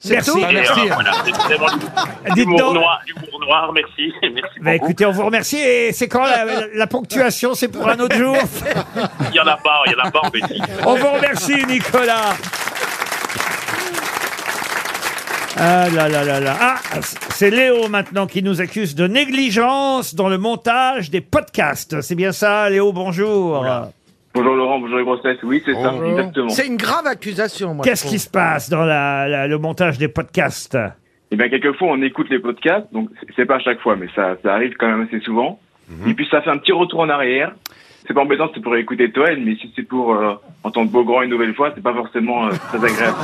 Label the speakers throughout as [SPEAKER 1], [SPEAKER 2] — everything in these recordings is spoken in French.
[SPEAKER 1] C'est tout
[SPEAKER 2] Et,
[SPEAKER 1] Merci.
[SPEAKER 2] euh, voilà, c'est vraiment du-
[SPEAKER 1] Dites
[SPEAKER 2] L'humour
[SPEAKER 1] donc.
[SPEAKER 2] noir, l'humour noir, merci. merci
[SPEAKER 1] Bah,
[SPEAKER 2] beaucoup.
[SPEAKER 1] écoutez, on vous remercie et c'est quand la, la- la ponctuation, c'est pour un autre jour.
[SPEAKER 2] Il n'y en a pas, il n'y en a pas en Belgique.
[SPEAKER 1] On vous remercie, Nicolas. Ah là là là là. Ah, c'est Léo maintenant qui nous accuse de négligence dans le montage des podcasts. C'est bien ça, Léo, bonjour.
[SPEAKER 3] Bonjour Laurent, bonjour les grosses têtes. Oui, Mmh. c'est ça, exactement.
[SPEAKER 4] C'est une grave accusation, moi.
[SPEAKER 1] Qu'est-ce qui se passe dans la- la- le montage des podcasts
[SPEAKER 3] Eh bien, quelquefois, on écoute les podcasts, donc c'est- c'est pas à chaque fois, mais ça, ça arrive quand même assez souvent. Et puis, ça fait un petit retour en arrière. C'est pas embêtant, c'est pour écouter Toen, mais si c'est pour euh, entendre Beaugrand une nouvelle fois, c'est pas forcément euh, très agréable.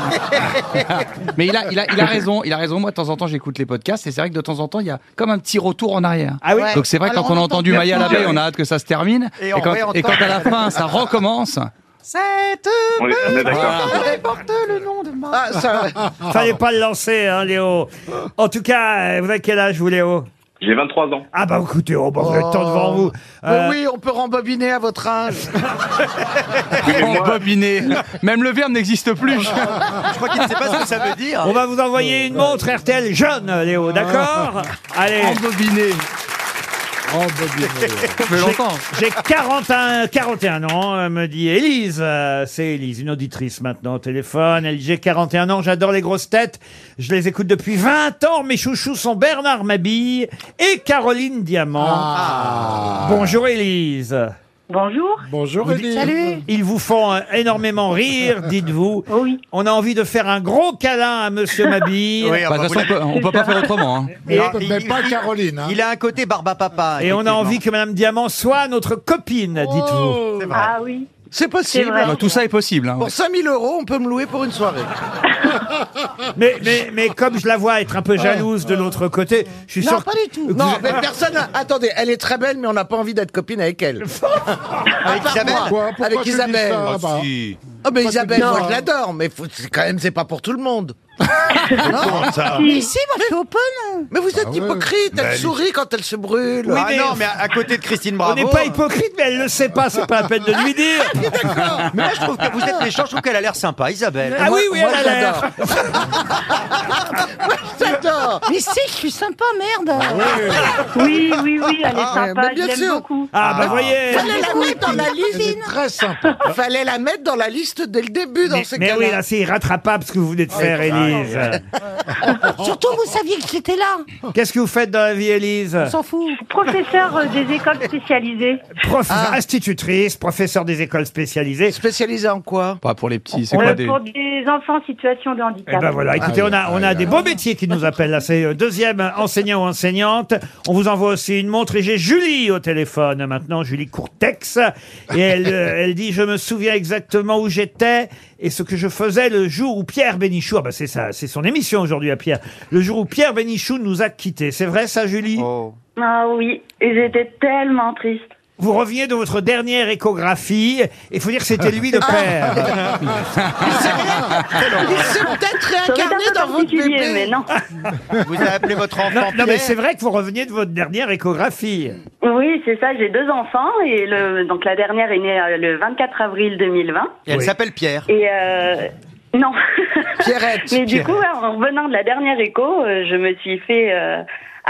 [SPEAKER 5] Mais il a, il, a, il a raison, il a raison. Moi, de temps en temps, j'écoute les podcasts et c'est vrai que de temps en temps, il y a comme un petit retour en arrière.
[SPEAKER 1] Ah oui
[SPEAKER 4] Ouais.
[SPEAKER 5] Donc c'est vrai,
[SPEAKER 4] Alors,
[SPEAKER 5] quand on a entendu Maya
[SPEAKER 4] bien.
[SPEAKER 5] Labé, on a hâte que ça se termine.
[SPEAKER 4] Et
[SPEAKER 5] Et,
[SPEAKER 4] on
[SPEAKER 5] quand,
[SPEAKER 4] réentend.
[SPEAKER 5] et quand à la fin, ça recommence.
[SPEAKER 6] Cette
[SPEAKER 3] On est, on est d'accord.
[SPEAKER 6] bataille porte le nom de moi.
[SPEAKER 4] Ah, ça,
[SPEAKER 1] Fallait pas le lancer, hein, Léo. En tout cas, euh, vous avez quel âge, vous, Léo
[SPEAKER 3] J'ai 23 ans.
[SPEAKER 1] Ah bah écoutez, oh, bah, vous avez le temps
[SPEAKER 4] Oh.
[SPEAKER 1] devant vous. Euh,
[SPEAKER 4] Oui, on peut rembobiner à votre âge.
[SPEAKER 5] Rembobiné. Même le verbe n'existe plus.
[SPEAKER 6] Je crois qu'il ne sait pas ce que ça veut dire.
[SPEAKER 1] On va vous envoyer une montre RTL jeune, Léo, d'accord Allez,
[SPEAKER 5] Rembobiné. Ça fait longtemps.
[SPEAKER 1] j'ai 41, 41 ans, euh, me dit Élise. Euh, C'est Élise, une auditrice maintenant au téléphone. Elle dit, j'ai 41 ans, j'adore les grosses têtes. Je les écoute depuis 20 ans. Mes chouchous sont Bernard Mabille et Caroline Diamant. Bonjour Élise.
[SPEAKER 7] Bonjour.
[SPEAKER 8] Bonjour Elie.
[SPEAKER 7] Salut.
[SPEAKER 1] Ils vous font euh, énormément rire, dites-vous.
[SPEAKER 7] Oh oui.
[SPEAKER 1] On a envie de faire un gros câlin à Monsieur Mabille.
[SPEAKER 4] Ah,
[SPEAKER 6] Oui,
[SPEAKER 5] Bah, de toute façon, on peut, on peut pas faire autrement. hein.
[SPEAKER 1] Et-
[SPEAKER 8] Mais, mais pas Caroline. Hein.
[SPEAKER 6] Il a un côté barba papa.
[SPEAKER 1] Et on a envie que Madame Diamant soit notre copine,
[SPEAKER 9] Oh.
[SPEAKER 1] dites-vous.
[SPEAKER 6] C'est vrai.
[SPEAKER 7] Ah oui.
[SPEAKER 4] C'est
[SPEAKER 7] C'est
[SPEAKER 4] possible.
[SPEAKER 7] vrai.
[SPEAKER 5] Bah, tout ça est possible. hein.
[SPEAKER 4] Pour 5000 euros, on peut me louer pour une soirée.
[SPEAKER 1] Mais, mais, mais comme je la vois être un peu jalouse de l'autre côté, je suis sûr.
[SPEAKER 4] du tout. Non, mais personne. n'a- Attendez, elle est très belle, mais on n'a pas envie d'être copine avec elle.
[SPEAKER 6] Avec Isabelle.
[SPEAKER 8] Pourquoi, pourquoi
[SPEAKER 4] Avec
[SPEAKER 8] tu dis
[SPEAKER 4] Isabelle.
[SPEAKER 8] ça, bah
[SPEAKER 4] Oh, mais Isabelle,
[SPEAKER 8] bien.
[SPEAKER 4] moi je l'adore, mais faut- c'est quand même, c'est pas pour tout le monde.
[SPEAKER 6] Mais si, moi, je suis open.
[SPEAKER 4] Mais vous êtes
[SPEAKER 8] ouais.
[SPEAKER 4] hypocrite,
[SPEAKER 6] Bah,
[SPEAKER 4] elle sourit quand elle se brûle.
[SPEAKER 6] Ah
[SPEAKER 1] mais-
[SPEAKER 6] non, mais à à côté de Christine
[SPEAKER 1] On
[SPEAKER 6] Bravo.
[SPEAKER 1] n'est pas hypocrite, mais elle le sait pas, c'est pas la peine de
[SPEAKER 9] Ah.
[SPEAKER 1] lui dire.
[SPEAKER 6] Mais moi, je trouve que vous êtes méchant. Je trouve qu'elle a l'air sympa, Isabelle.
[SPEAKER 1] Ah oui, oui,
[SPEAKER 4] moi,
[SPEAKER 1] elle a
[SPEAKER 4] je l'adore.
[SPEAKER 1] l'air.
[SPEAKER 4] J'adore.
[SPEAKER 7] Mais si, je suis sympa, merde. Oui, oui, oui, elle est sympa,
[SPEAKER 4] mais bien
[SPEAKER 7] je l'aime
[SPEAKER 4] sûr.
[SPEAKER 7] beaucoup.
[SPEAKER 1] Ah, bah, voyez.
[SPEAKER 4] Fallait la mettre dans la
[SPEAKER 8] Elle est
[SPEAKER 4] liste.
[SPEAKER 8] très sympa.
[SPEAKER 4] Fallait la mettre dans la liste dès le début dans
[SPEAKER 1] Mais,
[SPEAKER 4] ces
[SPEAKER 1] mais
[SPEAKER 4] cas-là.
[SPEAKER 1] oui, là, c'est irrattrapable ce que vous venez de faire, Élise.
[SPEAKER 9] Surtout, vous saviez que j'étais là.
[SPEAKER 1] Qu'est-ce que vous faites dans la vie, Élise
[SPEAKER 9] On s'en fout.
[SPEAKER 7] Professeur euh, des écoles spécialisées.
[SPEAKER 1] Prof,
[SPEAKER 9] Ah.
[SPEAKER 1] institutrice, professeur des écoles spécialisées.
[SPEAKER 4] Spécialisée en quoi
[SPEAKER 5] Pas pour les petits, c'est
[SPEAKER 7] Pour,
[SPEAKER 5] quoi
[SPEAKER 7] le-
[SPEAKER 5] Eh ben, des...
[SPEAKER 7] pour des enfants en situation de handicap.
[SPEAKER 1] Eh ben voilà, écoutez, on a, on a des beaux métiers qui nous appellent là. C'est euh, deuxième enseignant ou enseignante. On vous envoie aussi une montre et j'ai Julie au téléphone maintenant, Julie Courtex. Et elle, euh, elle dit, je me souviens exactement où j'étais et ce que je faisais le jour où Pierre Bénichou, ah bah c'est ça, c'est son émission aujourd'hui à Pierre, le jour où Pierre Bénichou nous a quittés. C'est vrai ça, Julie?
[SPEAKER 6] Oh.
[SPEAKER 7] Ah oui, et j'étais tellement triste.
[SPEAKER 1] Vous reveniez de votre dernière échographie. Il faut dire que c'était lui
[SPEAKER 7] Ah.
[SPEAKER 1] le père.
[SPEAKER 4] Il s'est peut-être
[SPEAKER 7] Ça aurait été un
[SPEAKER 4] réincarné
[SPEAKER 7] peu
[SPEAKER 4] dans votre
[SPEAKER 7] particulier,
[SPEAKER 4] bébé.
[SPEAKER 7] mais non.
[SPEAKER 6] Vous avez appelé votre enfant
[SPEAKER 1] Non mais
[SPEAKER 6] Pierre.
[SPEAKER 1] c'est vrai que vous reveniez de votre dernière échographie.
[SPEAKER 7] Oui, c'est ça, j'ai deux enfants et le, donc la dernière est née euh, le 24 avril 2020
[SPEAKER 6] Et elle
[SPEAKER 1] Oui.
[SPEAKER 6] s'appelle Pierre.
[SPEAKER 7] et euh, non.
[SPEAKER 4] Pierrette.
[SPEAKER 7] Mais du coup, ouais, en revenant de la dernière écho, euh, je me suis fait euh,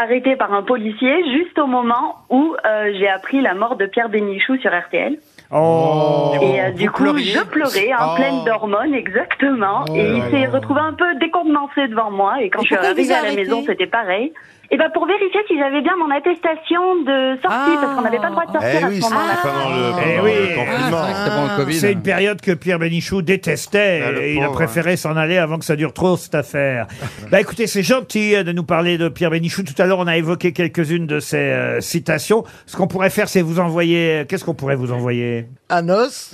[SPEAKER 7] arrêter par un policier juste au moment où euh, j'ai appris la mort de Pierre Bénichou sur RTL.
[SPEAKER 1] Oh.
[SPEAKER 7] et euh,
[SPEAKER 6] vous
[SPEAKER 7] du coup,
[SPEAKER 6] pleuriez
[SPEAKER 7] je pleurais en
[SPEAKER 6] Oh.
[SPEAKER 7] pleine d'hormones, exactement.
[SPEAKER 8] Oh
[SPEAKER 7] et
[SPEAKER 8] là
[SPEAKER 7] il s'est
[SPEAKER 8] là.
[SPEAKER 7] retrouvé un peu décontenancé devant moi. Et quand
[SPEAKER 9] Et
[SPEAKER 7] je suis
[SPEAKER 9] pourquoi il
[SPEAKER 7] arrivée
[SPEAKER 9] vous a
[SPEAKER 7] à la
[SPEAKER 9] arrêté
[SPEAKER 7] maison, c'était pareil. Et ben pour vérifier si j'avais bien mon attestation de sortie,
[SPEAKER 9] Ah.
[SPEAKER 7] parce qu'on n'avait pas le droit de sortir à ce moment-là.
[SPEAKER 1] Eh
[SPEAKER 10] pendant
[SPEAKER 1] oui.
[SPEAKER 10] Ah, le confinement.
[SPEAKER 5] Ah, c'est pendant le Covid.
[SPEAKER 1] C'est une période que Pierre Bénichou détestait
[SPEAKER 10] Ah, le
[SPEAKER 1] et il a
[SPEAKER 10] pauvre,
[SPEAKER 1] préféré s'en aller avant que ça dure trop cette affaire. bah écoutez, c'est gentil euh, de nous parler de Pierre Bénichou. Tout à l'heure, on a évoqué quelques-unes de ses euh, citations. Ce qu'on pourrait faire, c'est vous envoyer. euh, Qu'est-ce qu'on pourrait vous envoyer
[SPEAKER 4] Un os.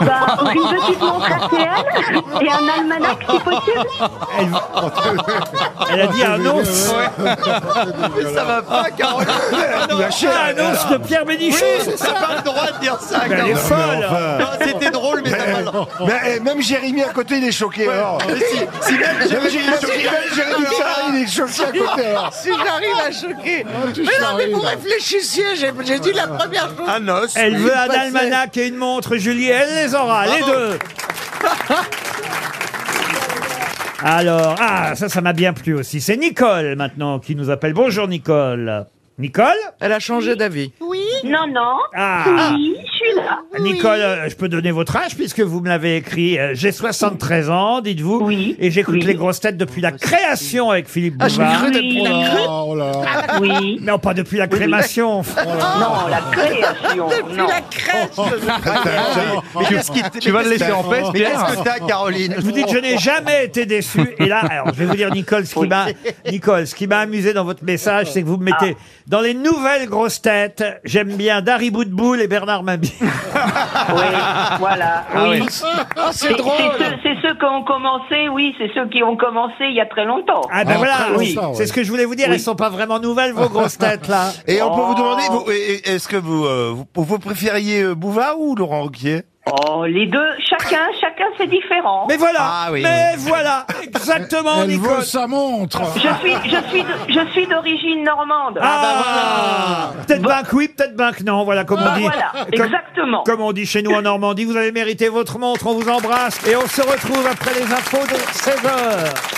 [SPEAKER 7] Bah, une petite montre RTL et un almanach si possible.
[SPEAKER 1] elle... Elle a dit
[SPEAKER 6] Ah,
[SPEAKER 1] un os.
[SPEAKER 6] Ça va pas, Caroline.
[SPEAKER 1] Ah, un os de Pierre Bénichou.
[SPEAKER 6] Oui, t'as pas le droit de dire ça,
[SPEAKER 1] Mais elle est
[SPEAKER 6] Caroline.
[SPEAKER 1] folle.
[SPEAKER 6] Non, c'était drôle, mais t'as pas le droit.
[SPEAKER 10] Mais, eh, même Jérémy à côté, il est choqué. alors.
[SPEAKER 6] Mais si, si même
[SPEAKER 10] Même
[SPEAKER 6] Jérémy
[SPEAKER 10] Jérémy, Jérémy Ferrari, il est choqué à côté. alors.
[SPEAKER 4] Ah, Si j'arrive à choquer.
[SPEAKER 6] Ah,
[SPEAKER 8] tu
[SPEAKER 4] mais non, mais
[SPEAKER 8] charries,
[SPEAKER 4] vous
[SPEAKER 8] là.
[SPEAKER 4] réfléchissiez. J'ai j'ai dit la première
[SPEAKER 1] Ah,
[SPEAKER 4] chose.
[SPEAKER 6] Un os.
[SPEAKER 1] Elle veut un
[SPEAKER 4] passait.
[SPEAKER 1] almanach et une montre, Julie. Elle les aura, les deux. Alors, ah, ça, ça m'a bien plu aussi. C'est Nicole maintenant qui nous appelle. Bonjour Nicole. Nicole
[SPEAKER 10] Ah
[SPEAKER 8] Elle a changé d'avis.
[SPEAKER 7] Oui. Non, non.
[SPEAKER 1] Ah.
[SPEAKER 7] Oui, je suis là.
[SPEAKER 1] Nicole, euh, je peux donner votre âge puisque vous me l'avez écrit. Euh, J'ai 73 ans, dites-vous. Et j'écoute les grosses têtes depuis la création avec Philippe
[SPEAKER 10] Oh, Ah, j'ai
[SPEAKER 1] Bouvard.
[SPEAKER 10] cru depuis la Oui. crue. Oh là.
[SPEAKER 1] Oui. Non, pas depuis la crémation.
[SPEAKER 10] Non, la création,
[SPEAKER 8] Depuis
[SPEAKER 10] non.
[SPEAKER 8] la crèche. Ah,
[SPEAKER 1] Mais qu'est-ce qui t- Tu vas le laisser en paix,
[SPEAKER 6] Mais
[SPEAKER 1] Pierre
[SPEAKER 6] qu'est-ce que t'as, Caroline
[SPEAKER 1] Je vous dis que je n'ai jamais été déçu. Et là, alors, je vais vous dire, Nicole, ce qui m'a, Nicole, ce qui m'a amusé dans votre message, c'est que vous me mettez dans les nouvelles grosses têtes. J'aime bien Dari Boudboul et Bernard Mabie.
[SPEAKER 7] Voilà.
[SPEAKER 1] Ah
[SPEAKER 7] oui.
[SPEAKER 1] oui.
[SPEAKER 8] oh.
[SPEAKER 10] Ah, c'est drôle.
[SPEAKER 7] C'est ceux, c'est ceux qui ont commencé, oui, c'est ceux qui ont commencé il y a très longtemps.
[SPEAKER 1] Ah ben voilà,
[SPEAKER 7] oui.
[SPEAKER 1] c'est ce que je voulais vous dire.
[SPEAKER 7] Oui.
[SPEAKER 1] Elles sont pas vraiment nouvelles vos grosses têtes là.
[SPEAKER 10] Et on peut vous demander, vous- et- et- est-ce que vous, euh, vous, vous préfériez euh, Bouvard ou Laurent Ruquier
[SPEAKER 7] Oh, les deux, chacun, chacun c'est différent.
[SPEAKER 1] Mais voilà,
[SPEAKER 10] Ah oui.
[SPEAKER 1] mais voilà, exactement,
[SPEAKER 11] Elle
[SPEAKER 1] Nicole.
[SPEAKER 11] veut sa montre.
[SPEAKER 7] Je suis, je suis, de- je suis d'origine normande.
[SPEAKER 1] Ah, peut-être ben que oui, peut-être ben que non. Voilà comme
[SPEAKER 7] Ah,
[SPEAKER 10] bah,
[SPEAKER 1] on dit.
[SPEAKER 7] voilà,
[SPEAKER 1] comme,
[SPEAKER 7] exactement.
[SPEAKER 1] Comme on dit chez nous en Normandie, vous avez mérité votre montre. On vous embrasse et on se retrouve après les infos de 16 heures.